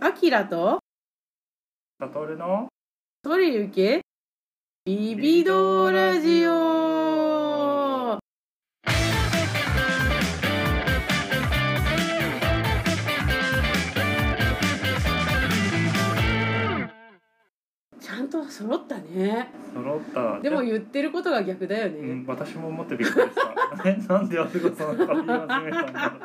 アキラとサトルのトリユケビビドラジオちゃんと揃ったね揃ったでも言ってることが逆だようね、ん、私も思ってびっくりしたえなんであすこさんが言い始めたんだろう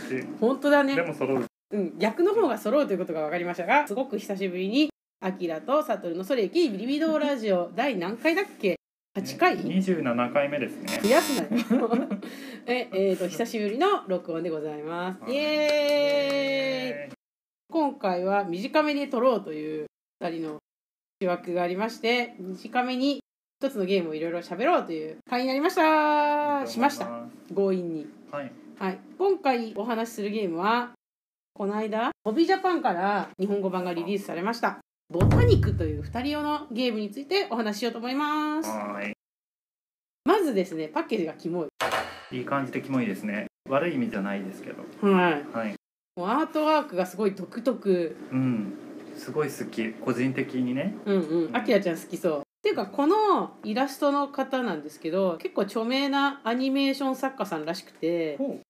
衝撃本当だでね、も揃ううん、逆の方が揃うということが分かりましたがすごく久しぶりにアキラとサトルのソレキビリビドラジオ第何回だっけ8回、 27回目ですね増やすなよ ええーと久しぶりの録音でございますイエーイイ今回は短めに撮ろうという2人の思惑がありまして短めに一つのゲームをいろいろ喋ろうという回になりましたしましたは強引にいはい今回お話しするゲームはこの間ホビージャパンから日本語版がリリースされましたボタニクという2人用のゲームについてお話ししようと思いますはまずですねパッケージがキモいいいい感じでキモいですね悪い意味じゃないですけどはいはいもうアートワークがすごい独特うんすごい好き個人的にねうんうんあきらちゃん好きそうっていうかこのイラストの方なんですけど結構著名なアニメーション作家さんらしくてほ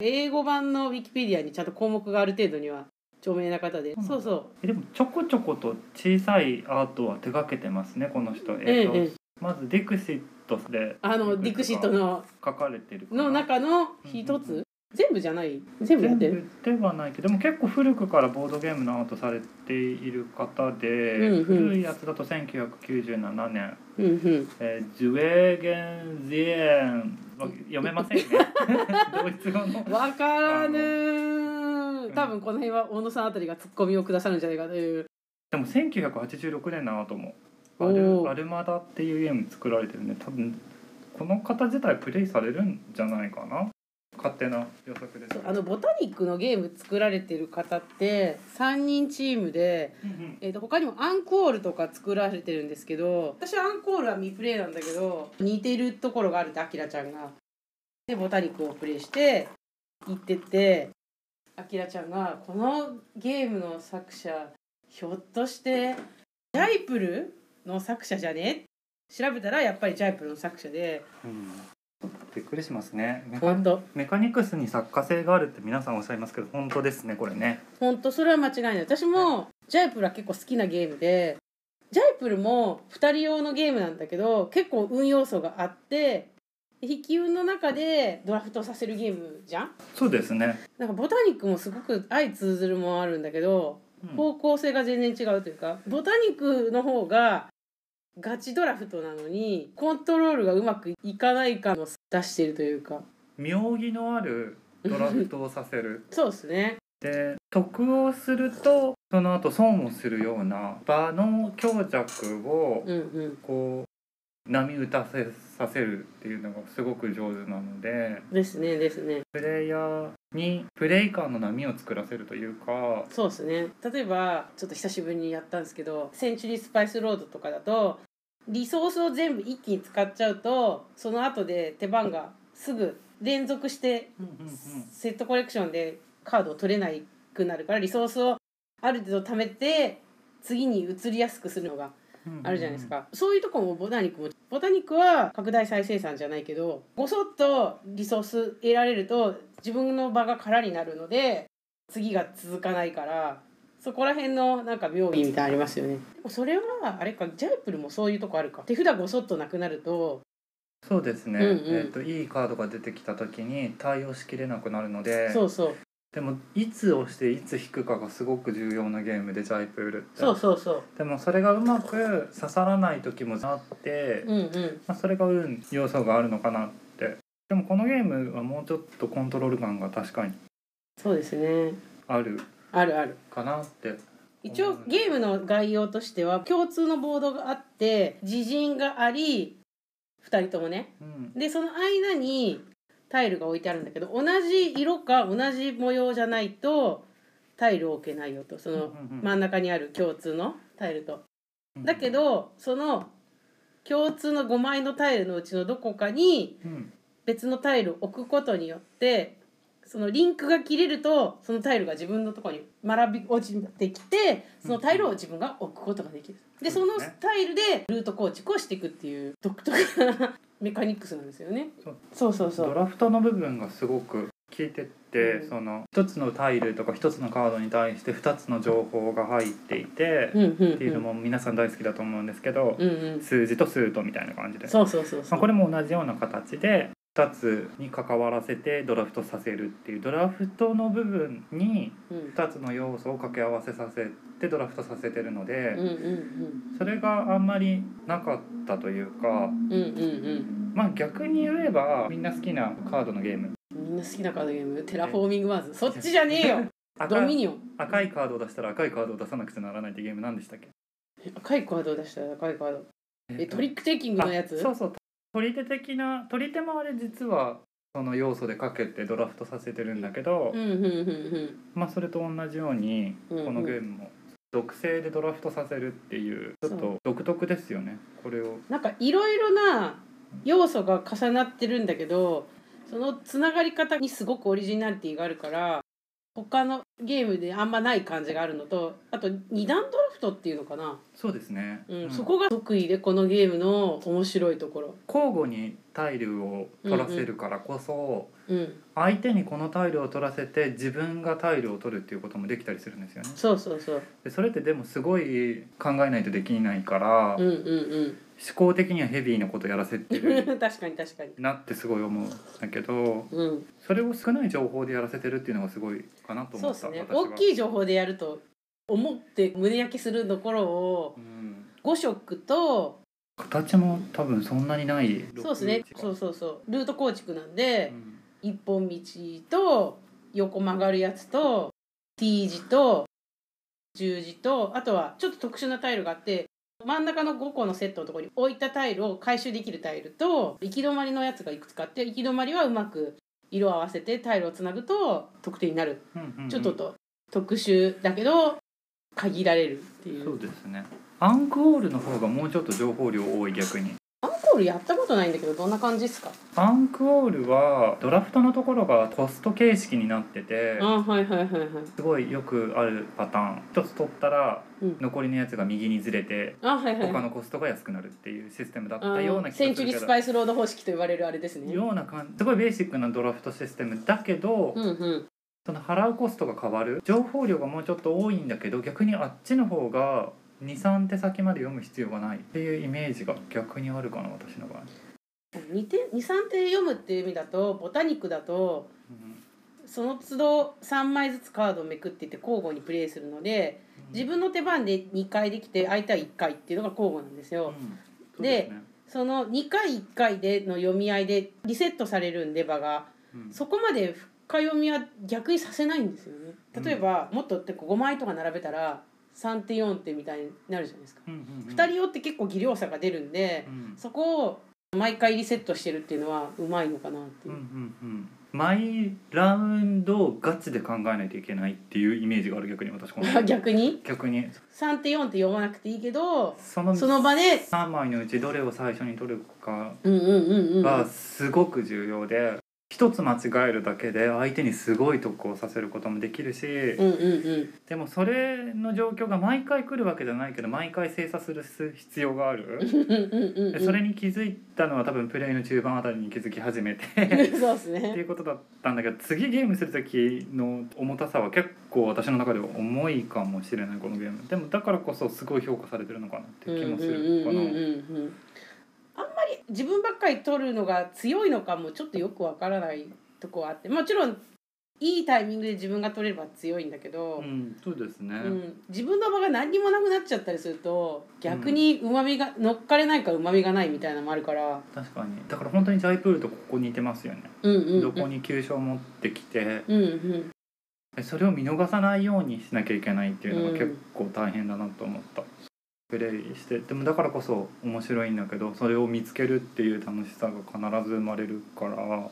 英語版のウィキペディアにちゃんと項目がある程度には著名な方で、うんそうそうえでもちょこちょこと小さいアートは手がけてますねこの人えええっと、ええまずディクシットであのディクシットの書かれてるかなの中の一つ、うんうんう全部じゃない全部や全ってる部ではないけどでも結構古くからボードゲームのアートされている方で、うんうん古いやつだと1997年、うんうんえージュエーゲン・ジエンわ読めません ねドイツ語のわからぬのー多分この辺は大野さんあたりがツッコミをくださるんじゃないかというでも1986年のアートもアおルーアルマダっていうゲーム作られてるんで多分この方自体プレイされるんじゃないかな勝手な予測ですあのボタニックのゲーム作られてる方って3人チームで、うんうんえー、と他にもアンコールとか作られてるんですけど私アンコールは未プレイなんだけど似てるところがあるってアキラちゃんがでボタニックをプレイして行っててアキラちゃんがこのゲームの作者ひょっとしてジャイプルの作者じゃね調べたらやっぱりジャイプルの作者でうんびっくりしますねメカ本当メカニクスに作家性があるって皆さんおっしゃいますけど本当ですねこれね。本当それは間違いない私もジャイプルは結構好きなゲームでジャイプルも2人用のゲームなんだけど結構運要素があって引き運の中でドラフトさせるゲームじゃんそうですね。なんかボタニックもすごく相通ずるもんあるんだけどうん方向性が全然違うというかボタニックの方がガチドラフトなのにコントロールがうまくいかない感を出してるというか妙義のあるドラフトをさせるそうですねで得をするとその後損をするような場の強弱をうんうんこう波打たせさせるっていうのがすごく上手なのでですねですねプレイヤーにプレイ感の波を作らせるというかそうですね例えばちょっと久しぶりにやったんですけどセンチュリースパイスロードとかだとリソースを全部一気に使っちゃうとその後で手番がすぐ連続してセットコレクションでカードを取れなくなるからリソースをある程度貯めて次に移りやすくするのがあるじゃないですか、そういうとこもボタニックもボタニックは拡大再生産じゃないけどごそっとリソース得られると自分の場が空になるので次が続かないからそこら辺のなんか妙義みたいなのありますよねでもそれはあれかジャイプルもそういうとこあるか手札ごそっとなくなるとそうですね、うんうんえっといいカードが出てきた時に対応しきれなくなるのでそうそうでもいつ押していつ引くかがすごく重要なゲームでジャイプールってそうそうそうでもそれがうまく刺さらない時もあって、うんうんまあ、それが運要素があるのかなってでもこのゲームはもうちょっとコントロール感が確かにそうですねあるあるあるかなって一応ゲームの概要としては共通のボードがあって自陣があり2人ともねうんでその間にタイルが置いてあるんだけど同じ色か同じ模様じゃないとタイルを置けないよとその真ん中にある共通のタイルと。だけ、どその共通の5枚のタイルのうちのどこかにうんうん別のタイルを置くことによってそのリンクが切れるとそのタイルが自分のところに学び落ちてきてそのタイルを自分が置くことができるでそそうのですねタイルでルート構築をしていくっていう独特な メカニクスなんですよねそうそうそうそドうラフトの部分がすごく効いてって、うんその一つのタイルとか一つのカードに対して二つの情報が入っていて、うんうんっていうのも皆さん大好きだと思うんですけど、うんうん数字と数とみたいな感じで、そうそうそうそまうあ、これも同じような形で2つに関わらせてドラフトさせるっていうドラフトの部分にうん2つの要素を掛け合わせさせてドラフトさせてるのうで、んうんそれがあんまりなかったというか、うんうんうんまあ、逆に言えばみんな好きなカードのゲームうんみんな好きなカードゲームテラフォーミングマーズそっちじゃねえ よド赤ミいニオン赤いカードを出したら赤いカードを出さなくちゃならないってゲームなんでしたっけ赤いカードを出したら赤いカードえトリッックテイキングのやつそうそう取り手的な取り手もあれ実はその要素でかけてドラフトさせてるんだけど、うんうんうんまあ、それと同じようにうんうんこのゲームも属性でドラフトさせるっていうちょっそと独特ですよねこれをなんかいろいろな要素が重なってるんだけどそのつながり方にすごくオリジナリティがあるから他のゲームであんまない感じがあるのとあと二段ドラフトっていうのかな、そうですね、うんうんそこが得意でこのゲームの面白いところ。交互にタイルを取らせるからこそ、うん、相手にこのタイルを取らせて自分がタイルを取るっていうこともできたりするんですよねそうそうそう。でそれってでもすごい考えないとできないから、うんうん思考的にはヘビーなことやらせてるうん。 確かに確かに。なってすごい思うんだけどうん。それを少ない情報でやらせてるっていうのがすごいかなとそ思うっでたすね。私は大きい情報でやると思って胸焼けするところをうん5色と形も多分そんなにないそうですね。そうそうそう。ルート構築なんで。うん一本道と横曲がるやつと T 字と十字とあとはちょっと特殊なタイルがあって真ん中の5個のセットのところに置いたタイルを回収できるタイルと行き止まりのやつがいくつかあって行き止まりはうまく色を合わせてタイルをつなぐと得点になるうんうんうんちょっとと特殊だけど限られるっていそううですねアンクオールの方がもうちょっと情報量多い逆にアンコールやったことないんだけどどんな感じですかアンクオールはドラフトのところがコスト形式になっててあはいはいはいはいすごいよくあるパターン一つ取ったらうん残りのやつが右にずれてあはいはい他はいのコストが安くなるっていうシステムだっあたような気センがチすュるリーけスどパイスロード方式と言われるあれですねような感じすごいベーシックなドラフトシステムだけど、うんうんその払うコストが変わる情報量がもうちょっと多いんだけど逆にあっちの方が23手先まで読む必要がないっていうイメージが逆にあるかな私の場合、 2点二3点読むっていう意味だとボタニックだとその都度3枚ずつカードをめくっていって交互にプレイするので自分の手番で2回できて相手は1回っていうのが交互なんですうよ。んでその2回1回での読み合いでリセットされるんで場がそこまで深読みは逆にさせないんですよね。例えばもっとって5枚とか並べたら3手4手みたいになるじゃないですか。2 2人用って結構技量差が出るんでそこを毎回リセットしてるっていうのはうまいのかなっていう。毎ラウンドをガチで考えないといけないっていうイメージがある逆に私こ の逆に逆に3手4手読まなくていいけどそのその場で3枚のうちどれを最初に取るかうんうんうんうんがすごく重要で一つ間違えるだけで相手にすごい得をさせることもできるし、うんうんうんでもそれの状況が毎回来るわけじゃないけど毎回精査する必要がある。うんうんうんでそれに気づいたのは多分プレイの中盤あたりに気づき始めてっ そうですていねうことだったんだけど次ゲームする時の重たさは結構私の中では重いかもしれないこのゲームでもだからこそすごい評価されてるのかなってうんいううん気うんもするうかんうなんうんあんまり自分ばっかり取るのが強いのかもちょっとよくわからないとこはあってもちろんいいタイミングで自分が取れれば強いんだけど、うんそうですね、うん自分の場が何にもなくなっちゃったりすると逆にうまみが乗っかれないからうまみがないみたいなのもあるから、確かにだから本当にジャイプールとここ似てますよねうんうんうん、どこに急所を持ってきてうんうんそれを見逃さないようにしなきゃいけないっていうのが結構大変だなと思った、プレイしてでもだからこそ面白いんだけどそれを見つけるっていう楽しさが必ず生まれるから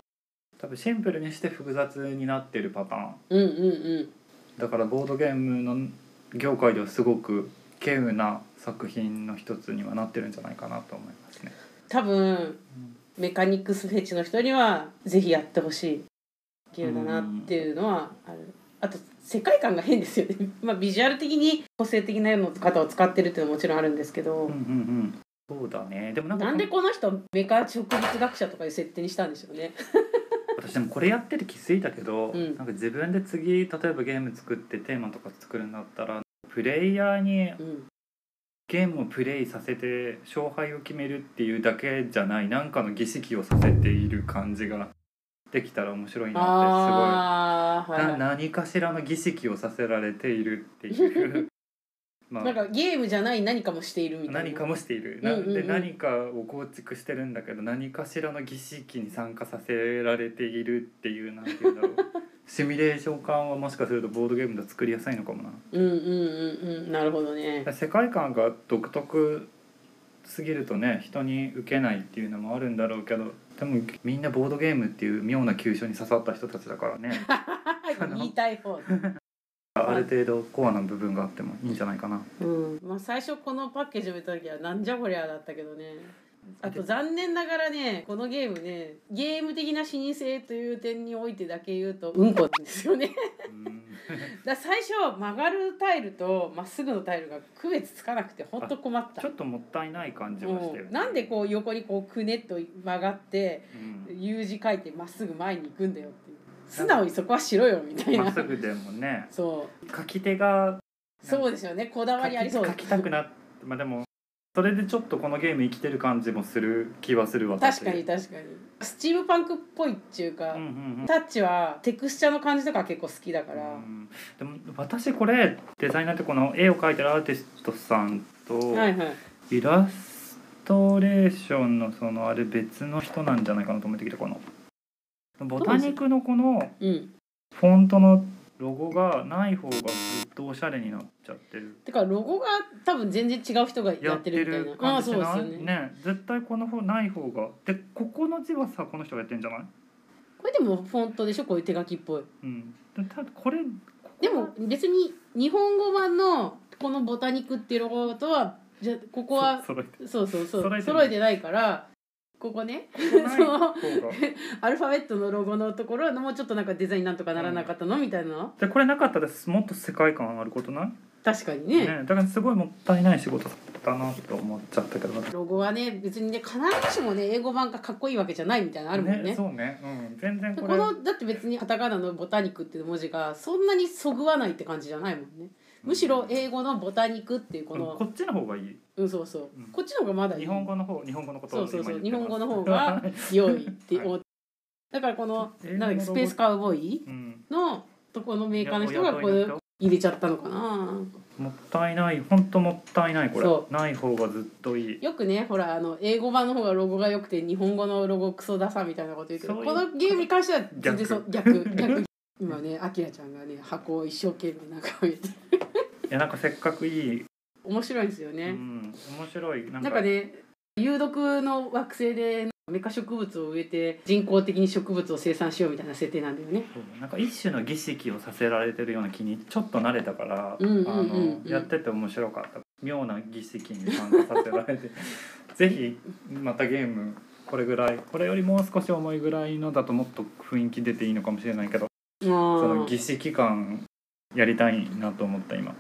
多分シンプルにして複雑になってるパターンうんうんだからボードゲームの業界ではすごく稀有な作品の一つにはなってるんじゃないかなと思いますね。多分メカニックスフェチの人にはぜひやってほしいきるんだなっていうのはある。あと世界観が変ですよね まあビジュアル的に個性的なの方を使ってるっていうのはもちろんあるんですけど、うんうんうんそうだねでもなんかなんでこの人メカ植物学者とかいう設定にしたんでしょうね。私でもこれやってて気づいたけど、うんなんか自分で次例えばゲーム作ってテーマとか作るんだったらプレイヤーにうん、ゲームをプレイさせて勝敗を決めるっていうだけじゃないなんかの儀式をさせている感じができたら面白いなっああてすごい、はい、な何かしらの儀式をさせられているっていう まあなんかゲームじゃない何かもしているみたいな。何かもしている、なうんうんうんで何かを構築してるんだけど何かしらの儀式に参加させられているっていうなんて言 うんだろうシミュレーション感はもしかするとボードゲームでは作りやすいのかもなうんうんうんうんなるほどね。世界観が独特すぎるとね人に受けないっていうのもあるんだろうけどでもみんなボードゲームっていう妙な急所に刺さった人たちだか らね の言いたい方。ある程度コアな部分があってもいいんじゃな いかな。うん。まあ最初このパッケージを見た時はなんじゃこりゃだったけどね。あと残念ながらねこのゲームねゲーム的な視認性という点においてだけ言うとうんこなんですよね うんだから最初曲がるタイルとまっすぐのタイルが区別つかなくてほんと困ったちょっともったいない感じはしたよ、うんなんでこう横にこうくねっと曲がってうん U 字書いてまっすぐ前に行くんだよっていう素直にそこはしろよみたいまなっすぐでもねそう書き手がそうですよねこだわりあ書りきそう書きたくなってまあでもそれでちょっとこのゲーム生きてる感じもする気はするわ確かに確かにスチームパンクっぽいっていうか、うんうんうんタッチはテクスチャーの感じとか結構好きだから、うんでも私これデザイナーってこの絵を描いてるアーティストさんとはいはいイラストレーションのそのあれ別の人なんじゃないかなと思ってきたこのボタニクのこのうんフォントのロゴがない方がずっとおしゃれになっちゃってるてかロゴが多分全然違う人がややっってるてみたいなる感じしああなそいうですよねね絶対この方ない方がでここの字はさこの人がやってんじゃないこれでもフォントでしょこういう手書きっぽいうんでただこれここでも別に日本語版のこのボタニクっていうロゴとはじゃここはそう揃えてそうそうそう揃えてない揃えてないからここねここない方がアルファベットのロゴのところのもうちょっとなんかデザインなんとかならなかったの、みたいなでこれなかったらもっと世界観あることない確かにねね、だからすごいもったいない仕事だなと思っちゃったけどねロゴはね別にね必ずしもね英語版がかっこいいわけじゃないみたいなのあるもんねそうね、うん、全然ここれのだって別にカタカナの「ボタニク」っていう文字がそんなにそぐわないって感じじゃないもんねむしろ英語の「ボタニク」っていうこうんのこっちの方がいいうんそうそううんこっちの方がまだいい日本語の方日本語のことそをうそうそう今日言っ本語てますの方 が良いって思ってだからこの英語のなんだっけスペースカウボーイうんのとこのメーカーの人がこいれやお雇いの入れちゃったのかな人もったいない本当もったいないこそれない方がずっといいよくねほらあの英語版の方がロゴが良くて日本語のロゴクソダサみたいなこと言うけどそういうこのゲームに関しては全然そう逆 逆今ねあきらちゃんがね箱を一生懸命眺めていやなんかせっかくいい、面白いですようね、ん、面白いなんかなんかね有毒の惑星でメカ植物を植えて人工的に植物を生産しようみたいな設定なんだよねそうなんか一種の儀式をさせられてるような気にちょっと慣れたから、うんうんうんうんあのやってて面白かった妙な儀式に参加させられて ぜひまたゲームこれぐらいこれよりもう少し重いぐらいのだともっと雰囲気出ていいのかもしれないけどあそのー儀式感やりたいなと思った今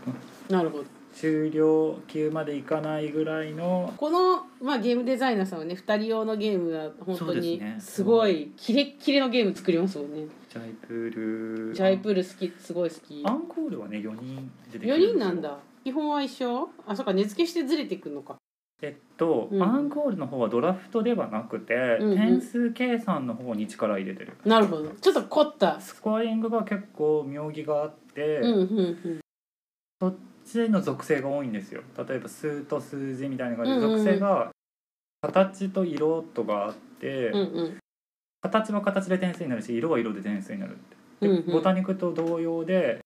なるほど終了級までいかないぐらいのこの、まあ、ゲームデザイナーさんはね2人用のゲームが本当そうでにすねすごいキレッキレのゲーム作りますもんねジャイプールジャイプール好きすごい好きアンコールはね4人出てく4るですよ人なんだ基本は一緒あそうか根付けしてずれていくのかえっと、うんアンコールの方はドラフトではなくて、うんうん点数計算の方に力入れてるなるほどちょっと凝ったスコアリングが結構妙義があって、うんうんうん数の属性が多いんですよ例えば数と数字みたいな感じで、うんうんうん属性が形と色とかあって、うんうん形は形で点数になるし色は色で点数になるってうんうボんタニクと同様で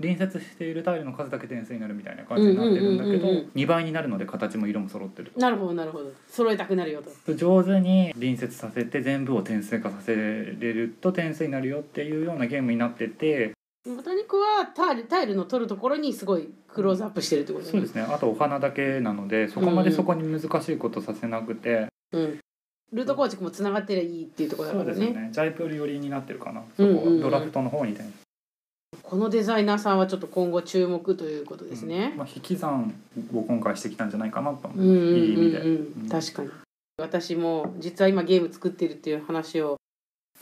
隣接しているタイルの数だけ点数になるみたいな感じになってるんだけど、うんうんうんうん2倍になるので形も色も揃ってるとなるほどなるほど揃えたくなるよと上手に隣接させて全部を点数化させれると点数になるよっていうようなゲームになっててボタニクはタイルタイルの取るところにすごいクローズアップしてるってことそうですねあとお花だけなのでそこまでそこに難しいことさせなくて、うんルート構築もつながってりゃいいっていうところだそかうでらすねよねジャイプール寄りになってるかなそうんうんうんこはドラフトの方にねこのデザイナーさんはちょっと今後注目ということですねうん、まあ、引き算を今回してきたんじゃないかなと思う、うんうんいい意う味んうでん確かに私も実は今ゲーム作ってるっていう話を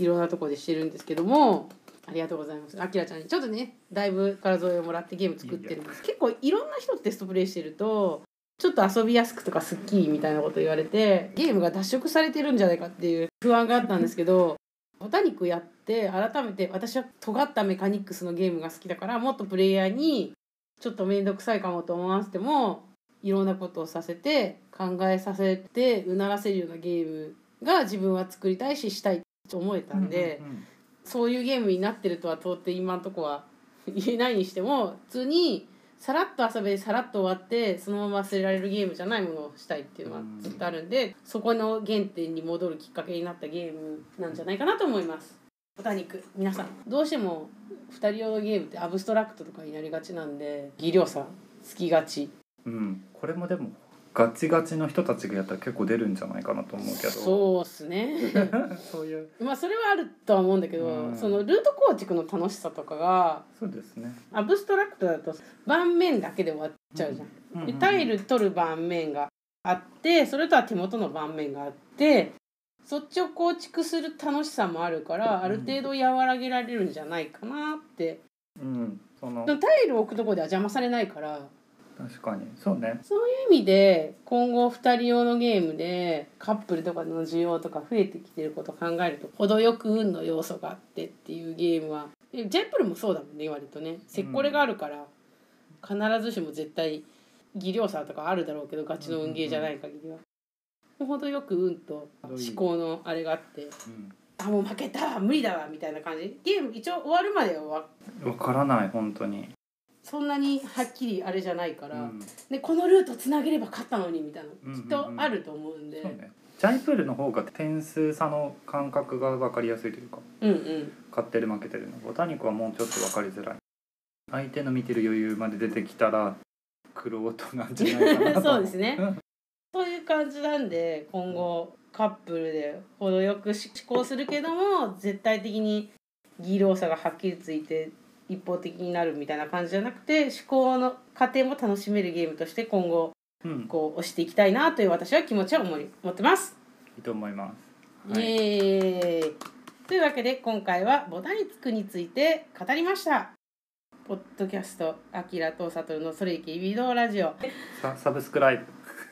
いろんなところでしてるんですけどもありがとうございますあきらちゃんにちょっとねだいぶから添えをもらってゲーム作ってるんです結構いろんな人とテストプレイしてるとちょっと遊びやすくとかすっきりみたいなこと言われてゲームが脱色されてるんじゃないかっていう不安があったんですけどボタニックやって改めて私は尖ったメカニックスのゲームが好きだからもっとプレイヤーにちょっと面倒くさいかもと思わせてもいろんなことをさせて考えさせてうならせるようなゲームが自分は作りたいししたいと思えたんで、うんうんうんそういうゲームになってるとは到底今んとこは言えないにしても普通にさらっと遊べさらっと終わってそのまま忘れられるゲームじゃないものをしたいっていうのはずっとあるんで、そこの原点に戻るきっかけになったゲームなんじゃないかなと思います。ボタニック皆さんどうしても2人用のゲームってアブストラクトとかになりがちなんで技量差つきがちうん、これもでもガチガチの人たちがやったら結構出るんじゃないかなと思うけどそうっすね そういうまあそれはあるとは思うんだけど、うんそのルート構築の楽しさとかがそうですね、アブストラクトだと盤面だけで終わっちゃうじゃん。うんうんでタイル取る盤面があってそれとは手元の盤面があってそっちを構築する楽しさもあるからある程度和らげられるんじゃないかなって、うんそのでもタイル置くとこでは邪魔されないから確かにそうねそういう意味で今後2人用のゲームでカップルとかの需要とか増えてきてることを考えると程よく運の要素があってっていうゲームはでジャイプルもそうだもんね割とねせっこれがあるから必ずしも絶対技量差とかあるだろうけどガチの運ゲーじゃない限りは。程よく運と思考のあれがあってあもう負けたわ無理だわみたいな感じゲーム一応終わるまではわわからない本当に、そんなにはっきりあれじゃないかうら、ん、でこのルートつなげれば勝ったのにみたいうなんうんうきんっとあると思うんで、そうねジャイプールの方が点数差の感覚が分かりやすいというかうんうん勝ってる負けてるのボタニックはもうちょっと分かりづらい相手の見てる余裕まで出てきたら苦労となんじゃないかなと そうですねそういう感じなんで今後カップルで程よくし思考するけども絶対的に技量差がはっきりついて一方的になるみたいな感じじゃなくて思考の過程も楽しめるゲームとして今後うん、こう推していきたいなという私は気持ちは思い持ってます。いいと思いまイす、はい、エーイというわけで今回はボタニックについて語りました。ポッドキャスト「あきらとさとるのそれいけビデオラジオ」ササブスクライ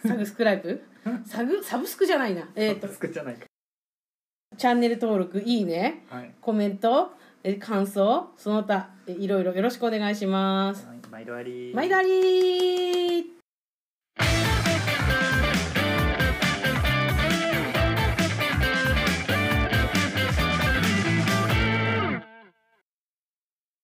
ブサブスクライ ブサグサブスクじゃないな、えー、サとブスクじゃないかチャンネル登録いいねはい、コメントえ感想その他えいろいろよろしくお願いします。はい、毎度あり毎度ありー